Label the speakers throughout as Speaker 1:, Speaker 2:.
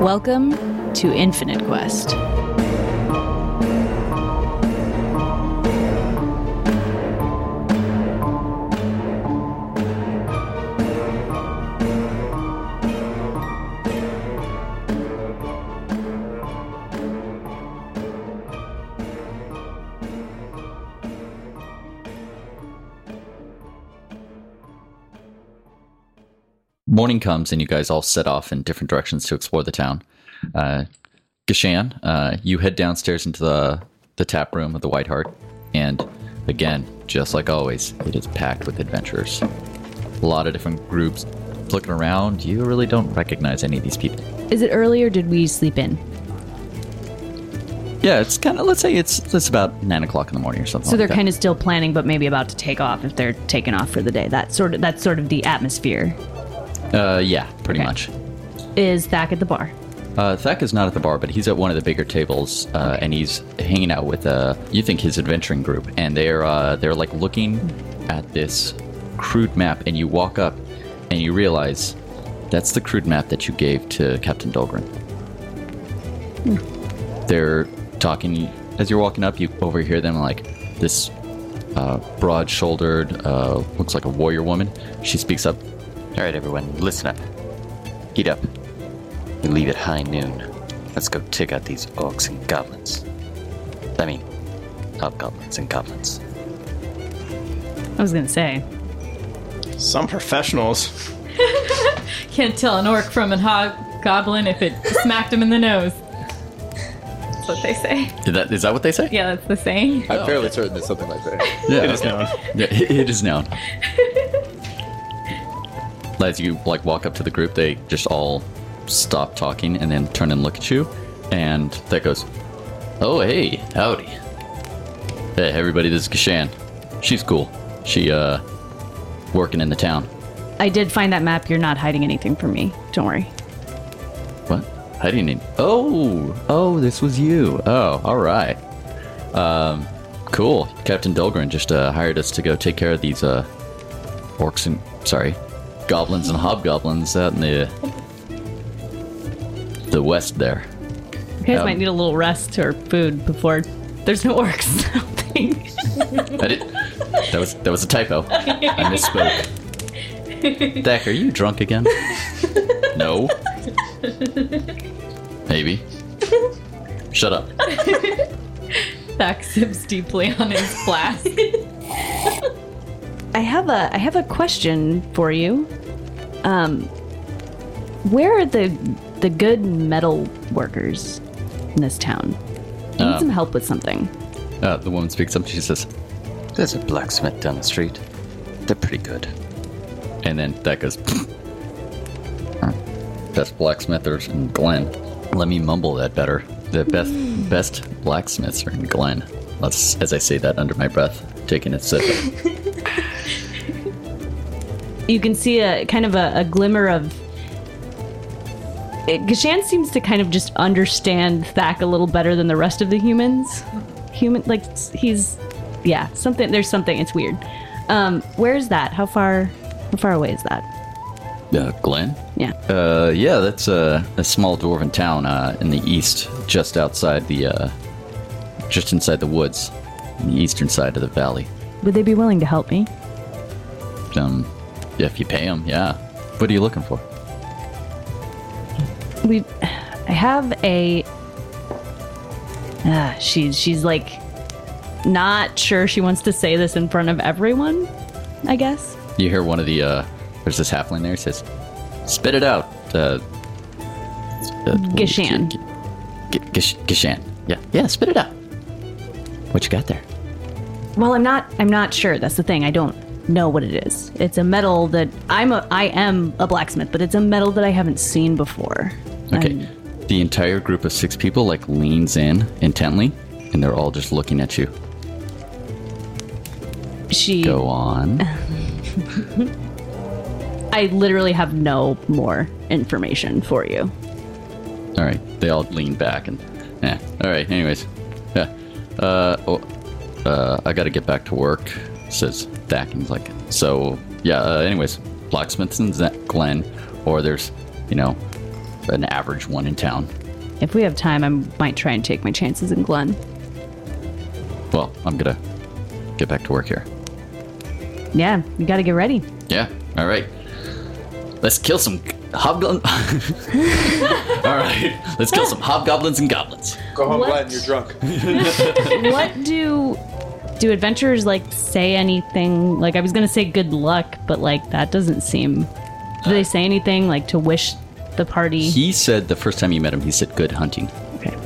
Speaker 1: Welcome to Infinite Quest.
Speaker 2: morning comes and you guys all set off in different directions to explore the town. Uh, Gashan, uh, you head downstairs into the the tap room of the White Hart, and again, just like always, it is packed with adventurers. A lot of different groups looking around. You really don't recognize any of these people.
Speaker 1: Is it early or did we sleep in?
Speaker 2: Yeah, it's kind of let's say it's it's about nine o'clock in the morning or something.
Speaker 1: So they're
Speaker 2: like that.
Speaker 1: kind of still planning, but maybe about to take off if they're taking off for the day. That sort of that's sort of the atmosphere.
Speaker 2: uh, yeah, pretty
Speaker 1: Okay.
Speaker 2: much.
Speaker 1: Is Thack at the bar?
Speaker 2: Uh, Thack is not at the bar, but he's at one of the bigger tables, uh, and he's hanging out with uh, you think his adventuring group, and they're uh, they're like looking at this crude map, and you walk up, and you realize that's the crude map that you gave to Captain Dolgren. They're talking as you're walking up. You overhear them like this uh, broad-shouldered, uh, looks like a warrior woman. She speaks up.
Speaker 3: All right, everyone, listen up. Heat up. We leave at high noon. Let's go take out these orcs and goblins. I mean, hobgoblins and goblins.
Speaker 1: I was gonna say.
Speaker 4: Some professionals.
Speaker 5: Can't tell an orc from a hobgoblin if it smacked him in the nose. That's what they say.
Speaker 2: Is that, is that what they say?
Speaker 5: Yeah, that's the saying.
Speaker 6: I'm fairly certain it's something like that.
Speaker 2: Yeah.
Speaker 4: It is known.
Speaker 2: Yeah, it it is known. As you like walk up to the group, they just all stop talking and then turn and look at you, and that goes, "Oh hey, howdy, hey everybody, this is Kashan. She's cool. She uh working in the town.
Speaker 1: I did find that map. You're not hiding anything from me. Don't worry.
Speaker 2: What? I didn't. Even... Oh, oh, this was you. Oh, all right. Um, cool. Captain Dolgren just uh, hired us to go take care of these uh, orcs and sorry, goblins and hobgoblins out in the the west there.
Speaker 1: You guys
Speaker 2: Um,
Speaker 1: might need a little rest or food before there's no orcs. I don't think.
Speaker 2: That, it, that was that was a typo. I misspoke. Dak, are you drunk again? No. Maybe. Shut up.
Speaker 5: Thack sips deeply on his flask.
Speaker 1: I have a I have a question for you. Um, where are the the good metal workers in this town? I need
Speaker 2: Um,
Speaker 1: some help with something.
Speaker 2: Uh, the woman speaks up. She says,
Speaker 3: There's a blacksmith down the street. They're pretty good.
Speaker 2: And then that goes. best blacksmithers in Glen. Let me mumble that better. The best best blacksmiths are in Glen. Let's, as I say that under my breath, taking a sip.
Speaker 1: You can see a kind of a, a glimmer of. It, Gashan seems to kind of just understand Thack a little better than the rest of the humans. Human, like s- he's, yeah, something. There's something. It's weird. Um, where is that? How far? How far away is that?
Speaker 2: Uh, Glen?
Speaker 1: Yeah.
Speaker 2: Uh, yeah, that's a, a small dwarven town uh, in the east, just outside the, uh, just inside the woods, on the eastern side of the valley.
Speaker 1: Would they be willing to help me?
Speaker 2: Um, if you pay them, yeah. What are you looking for?
Speaker 1: we i have a Ah, she's she's like not sure she wants to say this in front of everyone i guess
Speaker 2: You hear one of the uh there's this halfling there he says, "Spit it out." Uh, uh,
Speaker 1: Gishan.
Speaker 2: G- G- Gish- Gishan. Yeah. Yeah, spit it out. What you got there?
Speaker 1: well i'm not i'm not sure that's the thing i don't know what it is it's a metal that i'm a i am a blacksmith but it's a metal that i haven't seen before
Speaker 2: Okay.
Speaker 1: Um,
Speaker 2: the entire group of 6 people like leans in intently and they're all just looking at you.
Speaker 1: she
Speaker 2: Go on.
Speaker 1: i literally have no more information for you
Speaker 2: All right. They all lean back and yeah. All right. Anyways. Yeah. Uh, oh, uh, I got to get back to work. Says Thack and he's like, so yeah. Uh, anyways, blacksmiths in Glen, or there's, you know, an average one in town.
Speaker 1: If we have time, I might try and take my chances in Glen.
Speaker 2: Well, I'm gonna get back to work here.
Speaker 1: Yeah, you gotta get ready.
Speaker 2: Yeah. All right. Let's kill some hobgoblins. All right. Let's kill some hobgoblins and goblins.
Speaker 6: Go home,
Speaker 1: What?
Speaker 6: Oh, Glenn. You're drunk.
Speaker 1: what do do adventurers like say anything like i was gonna say good luck but like that doesn't seem do they say anything like to wish the party
Speaker 2: Uh, He said the first time you met him, he said good hunting.
Speaker 1: okay.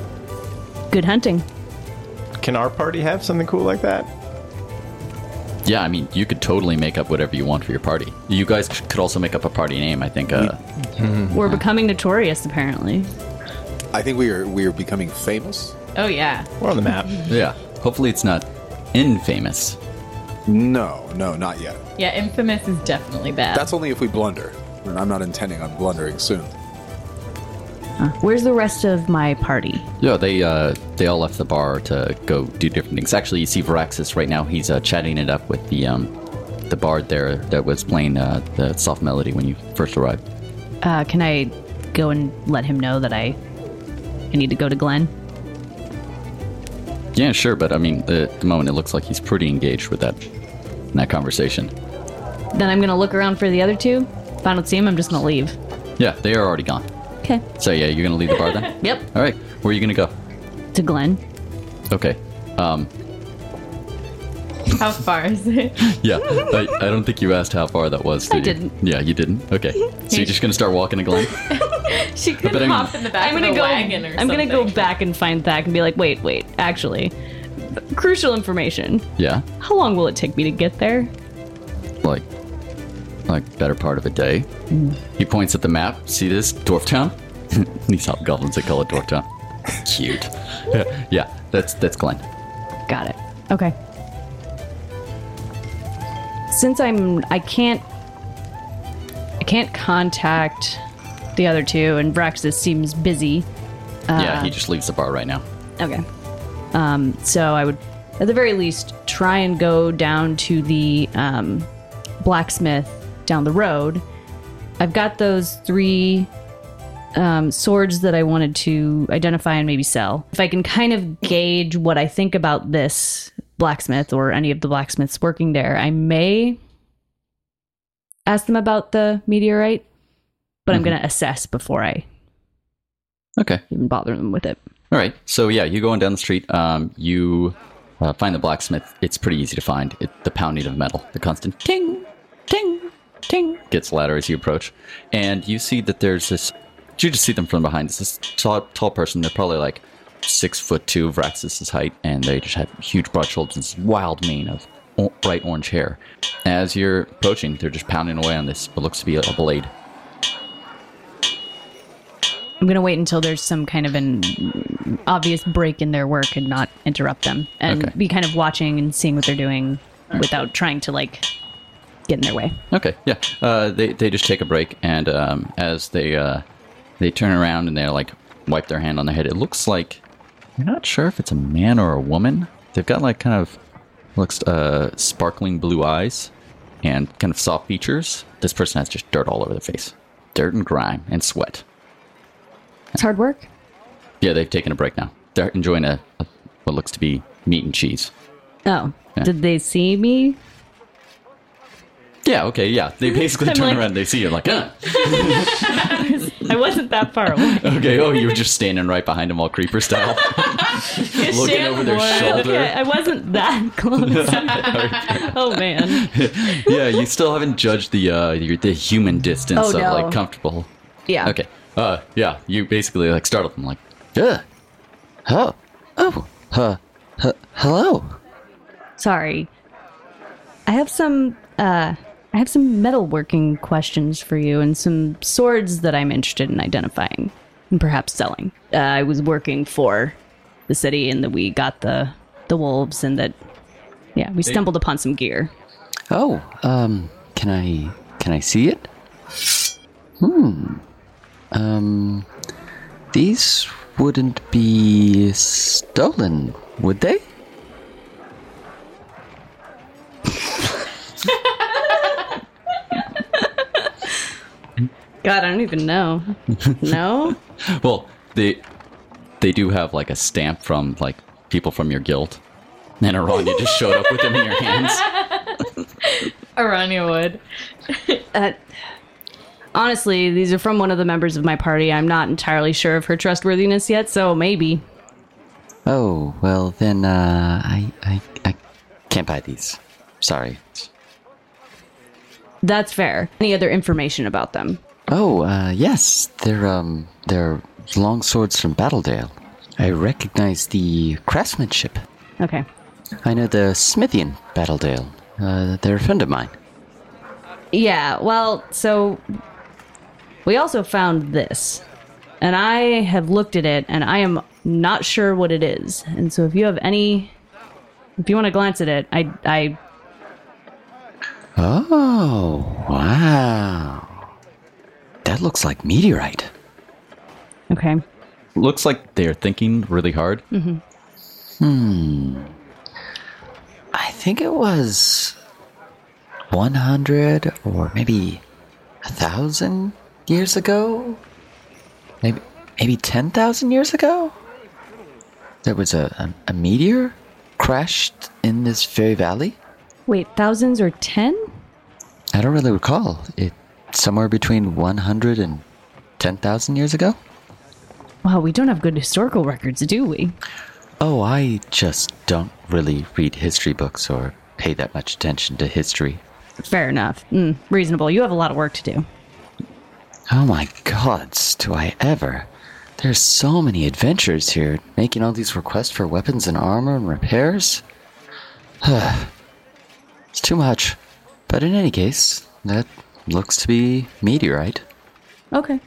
Speaker 1: good hunting
Speaker 4: Can our party have something cool like that?
Speaker 2: Yeah, I mean, you could totally make up whatever you want for your party. You guys c- could also make up a party name, I think. Uh,
Speaker 1: we're becoming notorious apparently
Speaker 6: I think we are we are becoming famous.
Speaker 5: Oh, yeah.
Speaker 4: We're on the map.
Speaker 2: yeah. Hopefully it's not infamous.
Speaker 6: No, no, not yet.
Speaker 5: Yeah, infamous is definitely bad.
Speaker 6: That's only if we blunder, and I'm not intending on blundering soon.
Speaker 1: Huh. where's the rest of my party
Speaker 2: Yeah, they uh, they all left the bar to go do different things. Actually, you see Varaxis right now. He's uh, chatting it up with the um, the bard there that was playing uh, the soft melody when you first arrived.
Speaker 1: uh, can i go and let him know that i i need to go to glen
Speaker 2: Yeah, sure, but I mean, at the moment it looks like he's pretty engaged with that that conversation.
Speaker 1: then i'm gonna look around for the other two if i don't see him i'm just gonna leave
Speaker 2: Yeah, they are already gone.
Speaker 1: okay
Speaker 2: So yeah, you're gonna leave the bar then.
Speaker 1: yep
Speaker 2: All right, where are you gonna go?
Speaker 1: to glen
Speaker 2: Okay. Um,
Speaker 5: How far is it?
Speaker 2: yeah, I, I don't think you asked how far that was. Did
Speaker 1: I
Speaker 2: you?
Speaker 1: didn't.
Speaker 2: Yeah, you didn't. Okay, so you're just gonna start walking to Glen.
Speaker 5: She could
Speaker 2: But I mean-
Speaker 5: hop in the back
Speaker 1: I'm
Speaker 5: of
Speaker 1: gonna
Speaker 5: a
Speaker 1: go.
Speaker 5: wagon or
Speaker 1: I'm gonna
Speaker 5: something.
Speaker 1: go back and find Thack and be like, wait, wait, actually, crucial information.
Speaker 2: Yeah,
Speaker 1: How long will it take me to get there?
Speaker 2: like like better part of a day.
Speaker 1: Mm.
Speaker 2: He points at the map. See this dwarf town? These hobgoblins they call it dwarf town. Cute. Yeah, yeah, that's that's Glen.
Speaker 1: Got it. Okay. Since I'm, I can't, I can't contact the other two, and Braxis seems busy.
Speaker 2: yeah,
Speaker 1: Uh.
Speaker 2: he just leaves the bar right now.
Speaker 1: Okay. Um, so I would, at the very least, try and go down to the um, blacksmith down the road. I've got those three um, swords that I wanted to identify and maybe sell. If I can kind of gauge what I think about this blacksmith or any of the blacksmiths working there, I may ask them about the meteorite, but I'm going to assess before I
Speaker 2: Okay.
Speaker 1: even bother them with it.
Speaker 2: All right. So yeah, you go on down the street. Um, you uh, find the blacksmith. It's pretty easy to find. It, the pounding of metal, the constant ting, ting, ting gets louder as you approach, and you see that there's this. You just see them from behind. It's this tall, tall person. They're probably like six foot two of Raxus's height, and they just have huge broad shoulders and this wild mane of o- bright orange hair. As you're approaching, they're just pounding away on this what looks to be a blade.
Speaker 1: I'm gonna wait until there's some kind of an obvious break in their work and not interrupt them, and
Speaker 2: Okay.
Speaker 1: be kind of watching and seeing what they're doing without trying to like get in their way.
Speaker 2: Okay, yeah. Uh, they they just take a break, and um, as they uh, they turn around and they like wipe their hand on their head, it looks like you're not sure if it's a man or a woman. They've got like kind of looks uh, sparkling blue eyes and kind of soft features. This person has just dirt all over their face, dirt and grime and sweat.
Speaker 1: It's hard work.
Speaker 2: Yeah, they've taken a break now. They're enjoying a, a what looks to be meat and cheese.
Speaker 1: Oh,
Speaker 2: Yeah.
Speaker 1: did they see me?
Speaker 2: Yeah, okay, yeah. They basically
Speaker 1: I'm
Speaker 2: turn
Speaker 1: like-
Speaker 2: around, and they see you like, ah.
Speaker 1: I wasn't that far away.
Speaker 2: okay, oh, you were just standing right behind them all creeper style. looking over their shoulder.
Speaker 1: okay, I wasn't that close. oh man.
Speaker 2: yeah, you still haven't judged the uh, your, the human distance
Speaker 1: Oh,
Speaker 2: of
Speaker 1: no.
Speaker 2: like comfortable.
Speaker 1: Yeah.
Speaker 2: Okay. Uh, yeah, you basically like startled them, like, yeah, oh, oh, huh, huh, hello.
Speaker 1: Sorry. I have some uh I have some metalworking questions for you and some swords that I'm interested in identifying and perhaps selling. Uh, I was working for the city and that we got the the wolves and that yeah, we stumbled upon some gear.
Speaker 2: Oh, um, can I can I see it? Hmm. Um, these wouldn't be stolen, would they?
Speaker 1: God, I don't even know. No?
Speaker 2: Well, they they do have like a stamp from like people from your guild. And Aranya just showed up with them in your hands.
Speaker 5: Aranya would.
Speaker 1: Uh, honestly, these are from one of the members of my party. I'm not entirely sure of her trustworthiness yet, so maybe.
Speaker 3: Oh, well, then, uh, I, I, I can't buy these. Sorry.
Speaker 1: That's fair. Any other information about them?
Speaker 3: Oh, uh, yes, they're, um, they're long swords from Battledale. I recognize the craftsmanship.
Speaker 1: Okay.
Speaker 3: I know the Smithian Battledale. Uh, they're a friend of mine.
Speaker 1: Yeah, well, so we also found this. And I have looked at it and I am not sure what it is. And so if you have any if you want to glance at it, I I
Speaker 3: Oh, wow. That looks like meteorite.
Speaker 1: okay.
Speaker 2: Looks like they're thinking really hard.
Speaker 5: Hmm.
Speaker 3: I think it was 100 or maybe a thousand years ago. Maybe maybe 10,000 years ago. There was a, a, a meteor crashed in this very valley.
Speaker 1: Wait, thousands or 10?
Speaker 3: I don't really recall. It somewhere between 100 and 10,000 years ago.
Speaker 1: Wow, we don't have good historical records, do we?
Speaker 3: Oh, I just don't really read history books or pay that much attention to history.
Speaker 1: Fair enough. Mm, reasonable. You have a lot of work to do.
Speaker 3: Oh my gods, do I ever? There's so many adventures here, making all these requests for weapons and armor and repairs. it's too much. But in any case, that looks to be meteorite.
Speaker 1: Okay.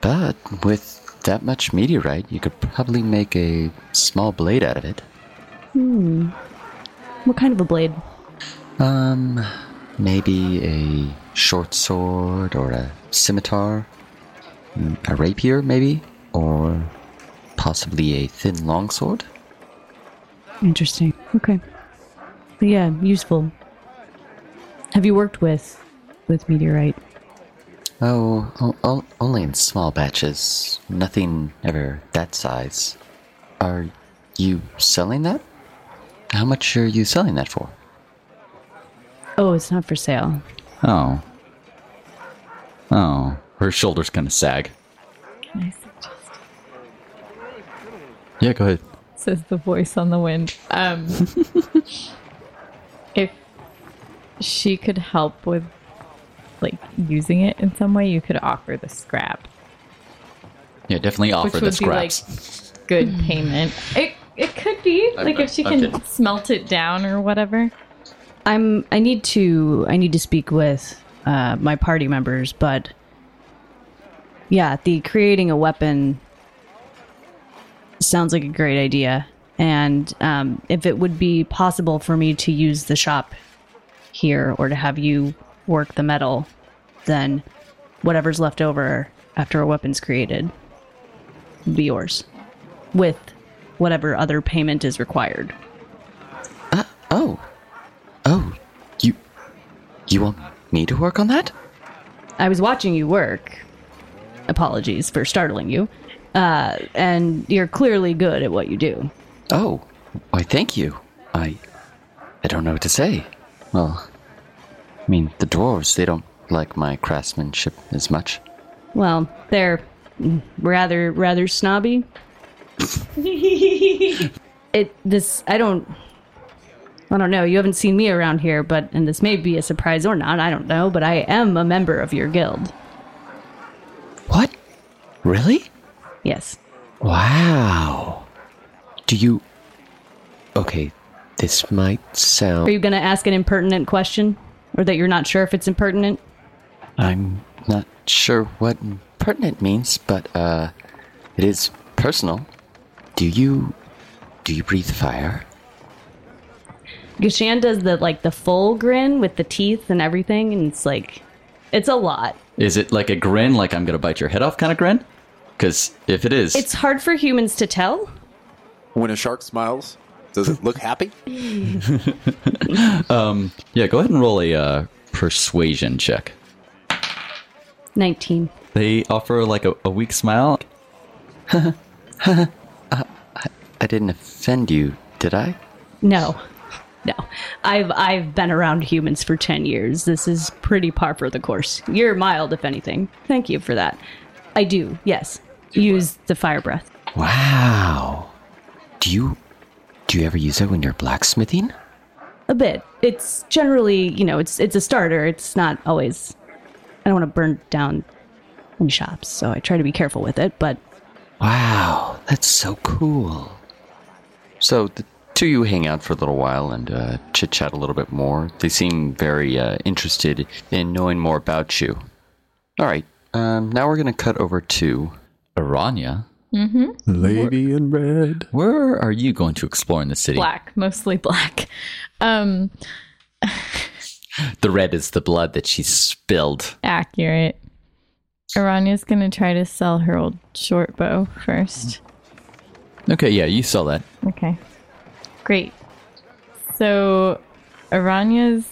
Speaker 3: But with that much meteorite, you could probably make a small blade out of it.
Speaker 1: What kind of a blade?
Speaker 3: Um, maybe a short sword or a scimitar, Mm, a rapier, maybe, or possibly a thin longsword.
Speaker 1: Interesting. Okay. But yeah, useful. Have you worked with with meteorite?
Speaker 3: Oh, o- o- only in small batches. Nothing ever that size. Are you selling that? How much are you selling that for?
Speaker 1: Oh, it's not for sale.
Speaker 2: Oh. Oh. Her shoulders kind of sag. Yeah, go ahead.
Speaker 5: says the voice on the wind. Um, if she could help with like using it in some way, you could offer the scrap,
Speaker 2: Yeah, definitely offer
Speaker 5: which
Speaker 2: the
Speaker 5: would be like
Speaker 2: scraps.
Speaker 5: good payment. It it could be
Speaker 2: I'm-
Speaker 5: like if she
Speaker 2: I'm
Speaker 5: can
Speaker 2: kidding.
Speaker 5: smelt it down or whatever.
Speaker 1: I'm I need to I need to speak with uh, my party members, but yeah, the creating a weapon sounds like a great idea. And um, if it would be possible for me to use the shop here or to have you work the metal, then whatever's left over after a weapon's created will be yours with whatever other payment is required.
Speaker 3: Oh, oh, you, you want me to work on that?
Speaker 1: I was watching you work. Apologies for startling you. Uh, and you're clearly good at what you do.
Speaker 3: Oh, why? Thank you. I, I don't know what to say. Well, I mean, the dwarves they don't like my craftsmanship as much.
Speaker 1: Well, they're mm, rather rather snobby. it this I don't I don't know. You haven't seen me around here, but and this may be a surprise or not. I don't know, but I am a member of your guild.
Speaker 3: What? Really?
Speaker 1: Yes.
Speaker 3: Wow. Do you? Okay, this might sound.
Speaker 1: Are you going to ask an impertinent question or that you're not sure if it's impertinent?
Speaker 3: I'm not sure what pertinent means, but uh, it is personal. Do you? Do you breathe fire?
Speaker 1: Gashan does the like the full grin with the teeth and everything, and it's like it's a lot.
Speaker 2: Is it like a grin, like I'm going to bite your head off kind of grin? Because if it is,
Speaker 1: It's hard for humans to tell.
Speaker 6: When a shark smiles, does it look happy?
Speaker 2: yeah, go ahead and roll a uh, persuasion check.
Speaker 1: 19.
Speaker 2: They offer like a, a weak smile.
Speaker 3: I didn't offend you, did I?
Speaker 1: No. No. I've I've been around humans for 10 years. This is pretty par for the course. You're mild if anything. Thank you for that. I do. Yes. Use the fire breath.
Speaker 3: Wow. Do you do you ever use it when you're blacksmithing?
Speaker 1: A bit. It's generally, you know, it's it's a starter. It's not always I don't want to burn down in shops, so I try to be careful with it, but
Speaker 3: Wow, that's so cool. So the two of you hang out for a little while and uh, chit chat a little bit more. They seem very uh, interested in knowing more about you. All right, um, now we're gonna cut over to.
Speaker 2: Aranya,
Speaker 4: Lady in red.
Speaker 2: where are you going to explore in the city?
Speaker 5: Black, mostly black. Um,
Speaker 2: The red is the blood that she spilled.
Speaker 5: accurate. Aranya's gonna try to sell her old short bow first.
Speaker 2: Okay, yeah, you saw that.
Speaker 5: Okay. Great. So Aranya's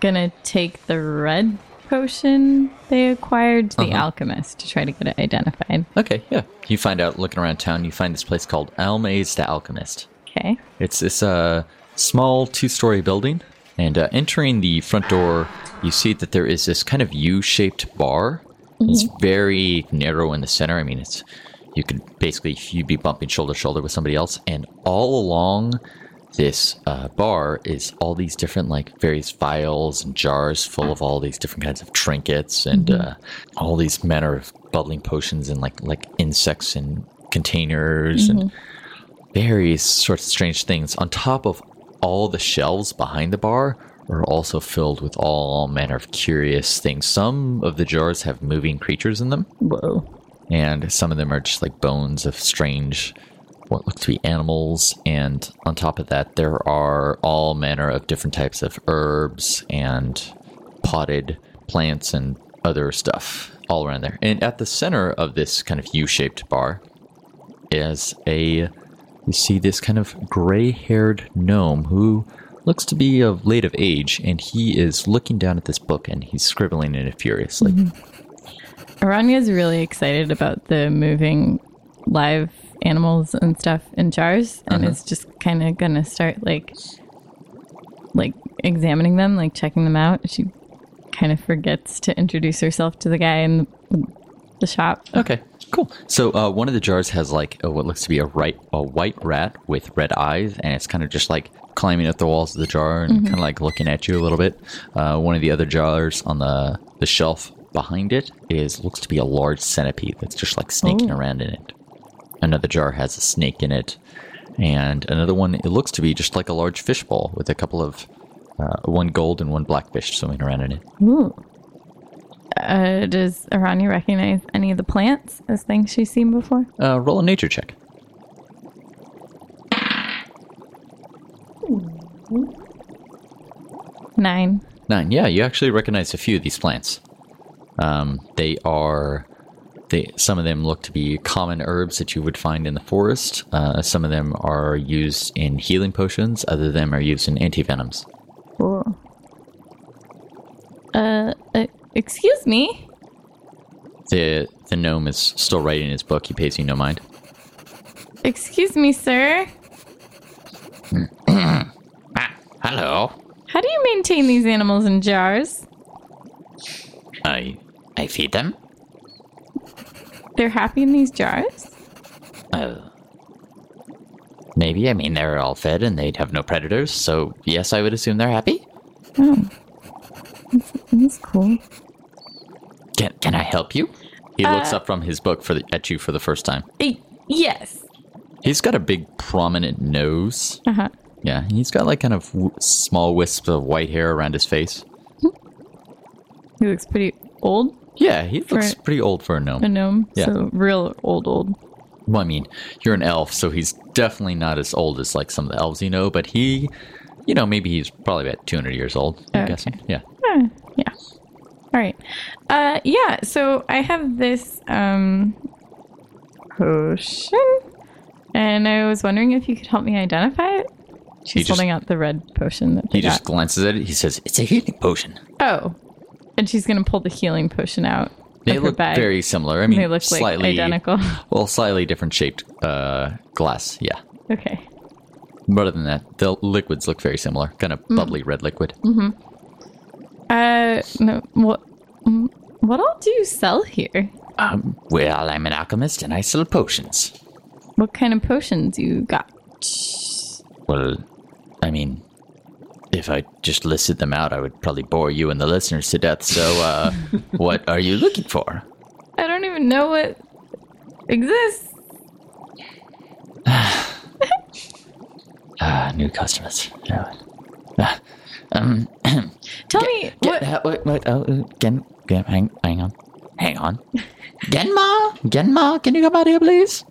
Speaker 5: gonna take the red potion they acquired to the alchemist to try to get it identified.
Speaker 2: Okay, yeah. You find out looking around town, you find this place called Almaze the Alchemist.
Speaker 5: Okay.
Speaker 2: It's this uh, small two story building, and uh, entering the front door, you see that there is this kind of U shaped bar. It's very narrow in the center. I mean, it's you could basically you'd be bumping shoulder to shoulder with somebody else, and all along this uh, bar is all these different like various vials and jars full of all these different kinds of trinkets and uh, all these manner of bubbling potions and like like insects and containers and various sorts of strange things. On top of all the shelves behind the bar are also filled with all manner of curious things. Some of the jars have moving creatures in them,
Speaker 5: Whoa.
Speaker 2: and some of them are just like bones of strange, what look to be animals. And on top of that, there are all manner of different types of herbs and potted plants and other stuff all around there. And at the center of this kind of U shaped bar is a you see this kind of gray haired gnome who looks to be of late of age and he is looking down at this book and he's scribbling in it furiously.
Speaker 5: Aranya's really excited about the moving live animals and stuff in jars and is just kind of gonna start like like examining them like checking them out she kind of forgets to introduce herself to the guy in the shop
Speaker 2: Okay, cool. So uh, one of the jars has like uh what looks to be a right a white rat with red eyes, and it's kind of just like climbing up the walls of the jar and kind of like looking at you a little bit. Uh, one of the other jars on the the shelf behind it is looks to be a large centipede that's just like sneaking around in it. Another jar has a snake in it, and another one it looks to be just like a large fishbowl with a couple of. Uh, one gold and one black fish swimming around in it.
Speaker 5: Ooh. Uh, does Aranya recognize any of the plants as things she's seen before?
Speaker 2: Uh, roll a nature check.
Speaker 5: Nine.
Speaker 2: Nine. Yeah, you actually recognize a few of these plants. Um, they are, they some of them look to be common herbs that you would find in the forest. Uh, some of them are used in healing potions. Other of them are used in anti venoms.
Speaker 5: Cool. Uh, uh, excuse me.
Speaker 2: The the gnome is still writing his book. He pays you no mind.
Speaker 5: Excuse me, sir.
Speaker 3: Hello.
Speaker 5: How do you maintain these animals in jars?
Speaker 3: I I feed them.
Speaker 5: They're happy in these jars?
Speaker 2: Oh.
Speaker 3: Maybe I mean they're all fed and they have no predators, so yes, I would assume they're happy.
Speaker 5: That's cool.
Speaker 3: Can can I help you?
Speaker 2: He looks up from his book for the, at you for the first time.
Speaker 5: Eh, yes.
Speaker 2: He's got a big prominent nose.
Speaker 5: Uh huh.
Speaker 2: Yeah, he's got like kind of w- small wisps of white hair around his face.
Speaker 5: He looks pretty old,
Speaker 2: Yeah, he looks
Speaker 5: Right.
Speaker 2: pretty old for a gnome.
Speaker 5: a gnome.
Speaker 2: Yeah.
Speaker 5: So real old, old.
Speaker 2: Well, I mean, you're an elf, so he's definitely not as old as like some of the elves you know, but he, you know, maybe he's probably about 200 years old, I'm
Speaker 5: Okay.
Speaker 2: guessing. Yeah.
Speaker 5: Yeah, yeah. All right. Uh, yeah. So I have this um, potion, and I was wondering if you could help me identify it. She's
Speaker 2: just-
Speaker 5: holding out the red potion that
Speaker 2: He
Speaker 5: they
Speaker 2: just
Speaker 5: got.
Speaker 2: glances at it. He says, It's a healing potion.
Speaker 5: oh, and she's gonna pull the healing potion out.
Speaker 2: They
Speaker 5: Upper
Speaker 2: look
Speaker 5: bag.
Speaker 2: very similar. I mean,
Speaker 5: They look, like,
Speaker 2: slightly
Speaker 5: identical.
Speaker 2: Well, slightly different shaped uh, glass. Yeah.
Speaker 5: Okay.
Speaker 2: But other than that, the liquids look very similar. Kind
Speaker 5: Mm.
Speaker 2: of bubbly red liquid.
Speaker 5: Uh, no. What? mm, What all do you sell here?
Speaker 2: Um, well, I'm an alchemist and I sell potions.
Speaker 5: What kind of potions you got?
Speaker 2: Well, I mean, if I just listed them out, I would probably bore you and the listeners to death. So, uh, what are you looking for?
Speaker 5: I don't even know what exists.
Speaker 2: Ah, new customers. Yeah.
Speaker 5: Tell me what.
Speaker 2: uh, wait, wait, oh, uh, Gen, Gen, hang, hang on. Hang on. Genma! Genma, can you come out here, please?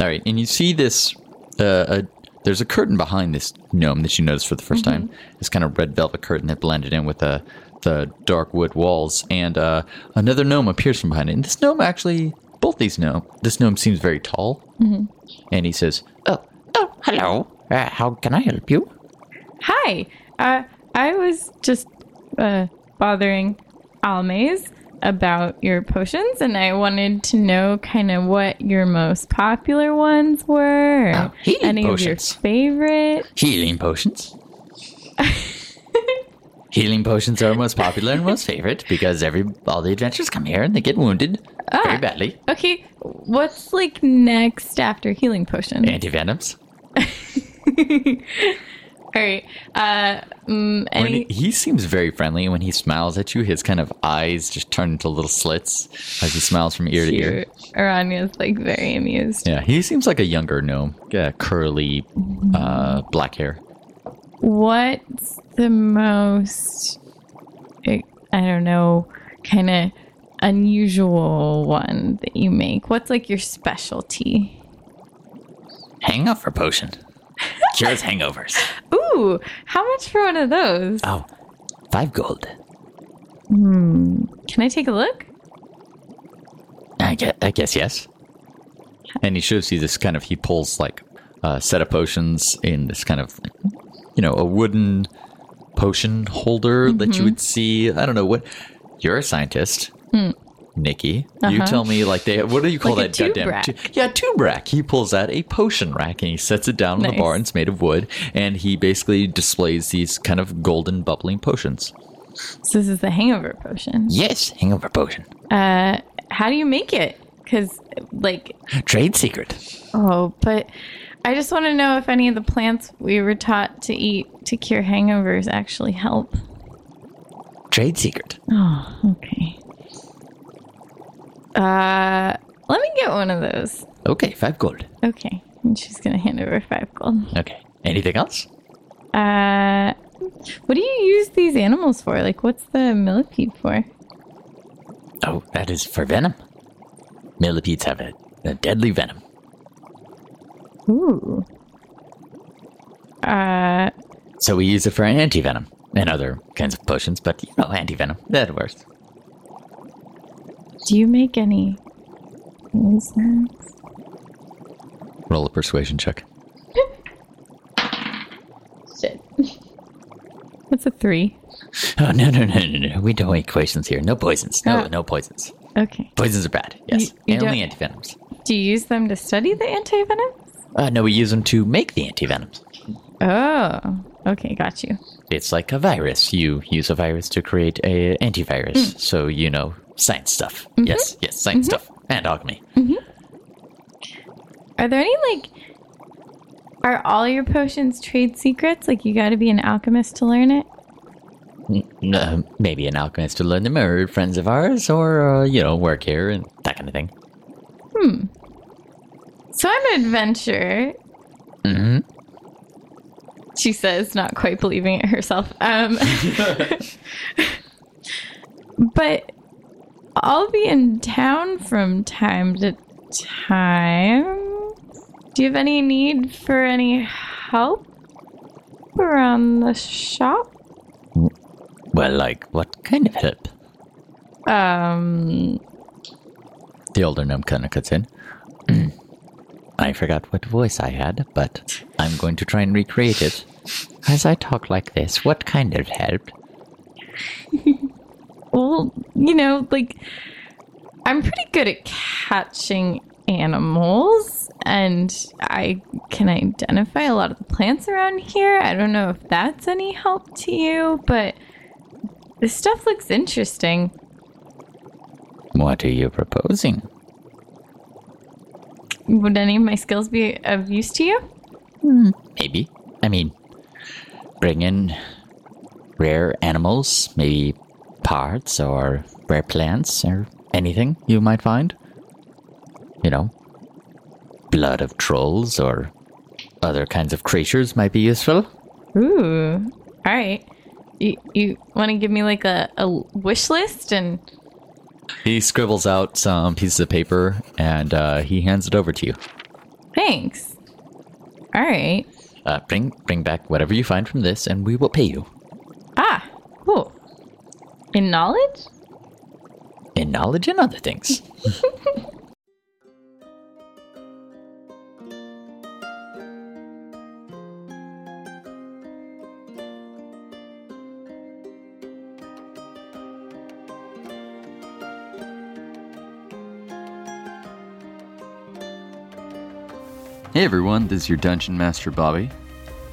Speaker 2: All right, and you see this. Uh, uh, there's a curtain behind this gnome that you notice for the 1st
Speaker 5: Mm-hmm.
Speaker 2: time. This kind of red velvet curtain that blended in with the, the dark wood walls, and uh, another gnome appears from behind it. And this gnome actually, both these gnome, this gnome seems very tall,
Speaker 5: Mm-hmm.
Speaker 2: and he says, "Oh, oh, hello. Uh, how can I help you?"
Speaker 5: Hi. Uh, I was just uh, bothering Almays about your potions, and I wanted to know kind of what your most popular ones were, or
Speaker 2: healing
Speaker 5: any of your
Speaker 2: potions.
Speaker 5: favorite.
Speaker 2: Healing potions. Healing potions are most popular and most favorite because every all the adventurers come here and they get wounded
Speaker 5: Ah.
Speaker 2: very badly.
Speaker 5: Okay, what's like next after healing potion?
Speaker 2: Antivenoms.
Speaker 5: All right. Uh,
Speaker 2: When
Speaker 5: mm, any
Speaker 2: he, he seems very friendly, and when he smiles at you, his kind of eyes just turn into little slits as he smiles from ear to ear.
Speaker 5: cute? Aranya's like very amused.
Speaker 2: Yeah, he seems like a younger gnome. Yeah, curly, uh, black hair.
Speaker 5: What's the most, I I don't know, kind of unusual one that you make? What's like your specialty?
Speaker 2: Hangover potion cures hangovers.
Speaker 5: Ooh, how much for one of those?
Speaker 2: Oh, five gold.
Speaker 5: Can I take a look?
Speaker 2: I guess, I guess yes. And he shows you this kind of he pulls like a set of potions in this kind of you know a wooden potion holder that
Speaker 5: Mm-hmm.
Speaker 2: you would see. I don't know what you're a scientist, Nikki. You tell me like they what do you call
Speaker 5: Hmm. Uh-huh. Like
Speaker 2: that
Speaker 5: a tube
Speaker 2: goddamn
Speaker 5: rack.
Speaker 2: tu- yeah tube rack? He pulls out a potion rack and he sets it down on the
Speaker 5: Nice.
Speaker 2: bar. And it's made of wood, and he basically displays these kind of golden bubbling potions.
Speaker 5: So this is the hangover potion.
Speaker 2: Yes, hangover potion,
Speaker 5: Uh, how do you make it? Because like
Speaker 2: trade secret.
Speaker 5: Oh, but I just want to know if any of the plants we were taught to eat to cure hangovers actually help.
Speaker 2: Trade secret.
Speaker 5: Oh, okay. Uh, let me get one of those.
Speaker 2: Okay, five gold.
Speaker 5: Okay. And she's going to hand over five gold.
Speaker 2: Okay. Anything else?
Speaker 5: Uh, what do you use these animals for? Like, what's the millipede for?
Speaker 2: Oh, that is for venom. Millipedes have a, a deadly venom.
Speaker 5: Ooh. Uh,
Speaker 2: So we use it for anti venom and other kinds of potions, but you know, anti venom, that works.
Speaker 5: do you make any poisons?
Speaker 2: Roll a persuasion check.
Speaker 5: Shit. That's a three.
Speaker 2: Oh, no, no, no, no, no. We don't make potions here. No poisons. No,
Speaker 5: Uh.
Speaker 2: no poisons.
Speaker 5: Okay.
Speaker 2: Poisons are bad, yes.
Speaker 5: you
Speaker 2: and only
Speaker 5: don't-
Speaker 2: anti venoms.
Speaker 5: Do you use them to study the antivenoms?
Speaker 2: Uh, no, we use them to make the anti venoms.
Speaker 5: Oh, okay, got you.
Speaker 2: It's like a virus. You use a virus to create a antivirus.
Speaker 5: Hmm.
Speaker 2: So, you know, science stuff.
Speaker 5: Mm-hmm.
Speaker 2: Yes, yes, science stuff. And alchemy.
Speaker 5: Are there any like are all your potions trade secrets? Like you got to be an alchemist to learn it?
Speaker 2: Uh, maybe an alchemist to learn them, or friends of ours, or uh, you know, work here and that kind of thing.
Speaker 5: So I'm an adventurer. Mm-hmm. She says, not quite believing it herself. Um, but I'll be in town from time to time. Do you have any need for any help around the shop?
Speaker 2: Well, like, what kind of help?
Speaker 5: Um,
Speaker 2: The older gnome kind of cuts in. I forgot what voice I had, but I'm going to try and recreate it. As I talk like this, what kind of help?
Speaker 5: well, you know, like I'm pretty good at catching animals and I can identify a lot of the plants around here. I don't know if that's any help to you, but this stuff looks interesting.
Speaker 2: What are you proposing?
Speaker 5: Would any of my skills be of use to you?
Speaker 2: Maybe. I mean, bring in rare animals, maybe parts or rare plants or anything you might find. You know, blood of trolls or other kinds of creatures might be useful.
Speaker 5: Ooh. All right. You, you want to give me like a, a wish list and
Speaker 2: He scribbles out some pieces of paper and uh, he hands it over to you.
Speaker 5: thanks. All right.
Speaker 2: Uh, bring bring back whatever you find from this, and we will pay you
Speaker 5: Ah, cool. In knowledge?
Speaker 2: in knowledge and other things. Hey everyone, this is your Dungeon Master Bobby.